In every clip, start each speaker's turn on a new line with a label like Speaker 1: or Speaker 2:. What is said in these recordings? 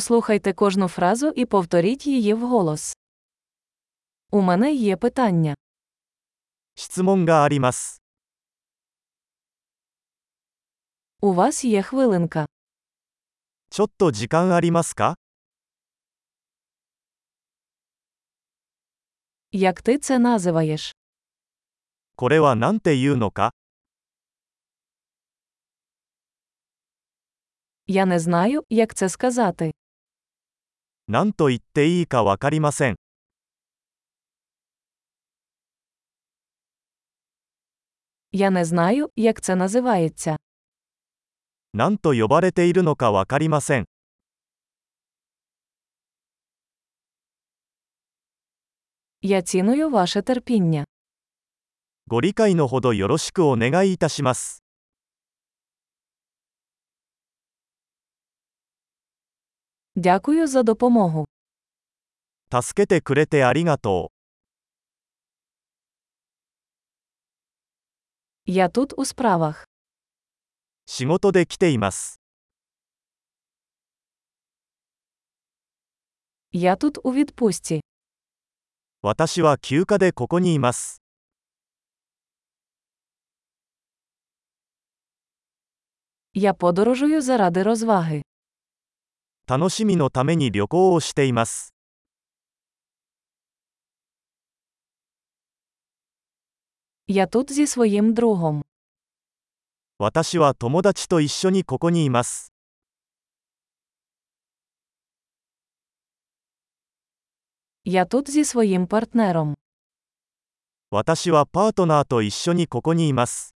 Speaker 1: Послухайте кожну фразу і повторіть її вголос. У мене є питання.
Speaker 2: 質問があります。
Speaker 1: У вас є хвилинка.
Speaker 2: ちょっと時間ありますか
Speaker 1: Як ти це називаєш?
Speaker 2: これは何て言うのか
Speaker 1: Я не знаю, як це сказати.
Speaker 2: 何と言っていいかわかりません。
Speaker 1: Я не знаю, як це називається.
Speaker 2: 何と呼ばれているのかわかりません。
Speaker 1: Я ціную ваше терпіння.
Speaker 2: ご理解のほどよろしくお願いいたします。
Speaker 1: Дякую за допомогу.
Speaker 2: 助けてくれてありがとう。
Speaker 1: Я тут у справах.
Speaker 2: 仕事で来ています。
Speaker 1: Я тут у відпустці.
Speaker 2: 私は休暇でここにいます。
Speaker 1: Я подорожую заради розваги.
Speaker 2: 楽しみのために旅行をしています。
Speaker 1: Я тут зі своїм другом.
Speaker 2: 私は友達と一緒にここにいます。
Speaker 1: Я тут зі своїм партнером.
Speaker 2: 私はパートナーと一緒にここにいます。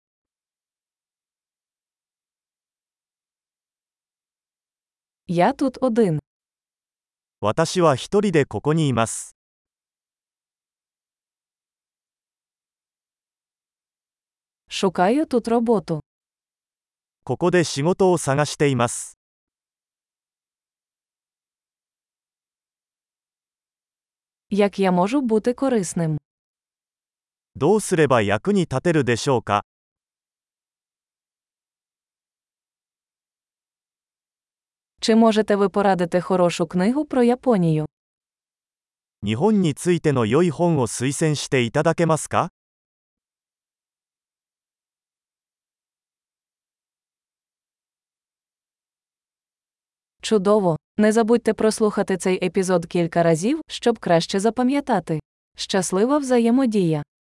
Speaker 1: Я тут один.
Speaker 2: 私は一人でここにいます。
Speaker 1: Шукаю тут роботу.
Speaker 2: ここで仕事を探しています。
Speaker 1: Як я можу бути корисним?
Speaker 2: どうすれば役に立てるでしょうか
Speaker 1: Чи можете ви порадити хорошу книгу про Японію?
Speaker 2: 日本についての良い本を推薦していただけますか
Speaker 1: Чудово! Не забудьте прослухати цей епізод кілька разів, щоб краще запам'ятати. Щаслива взаємодія!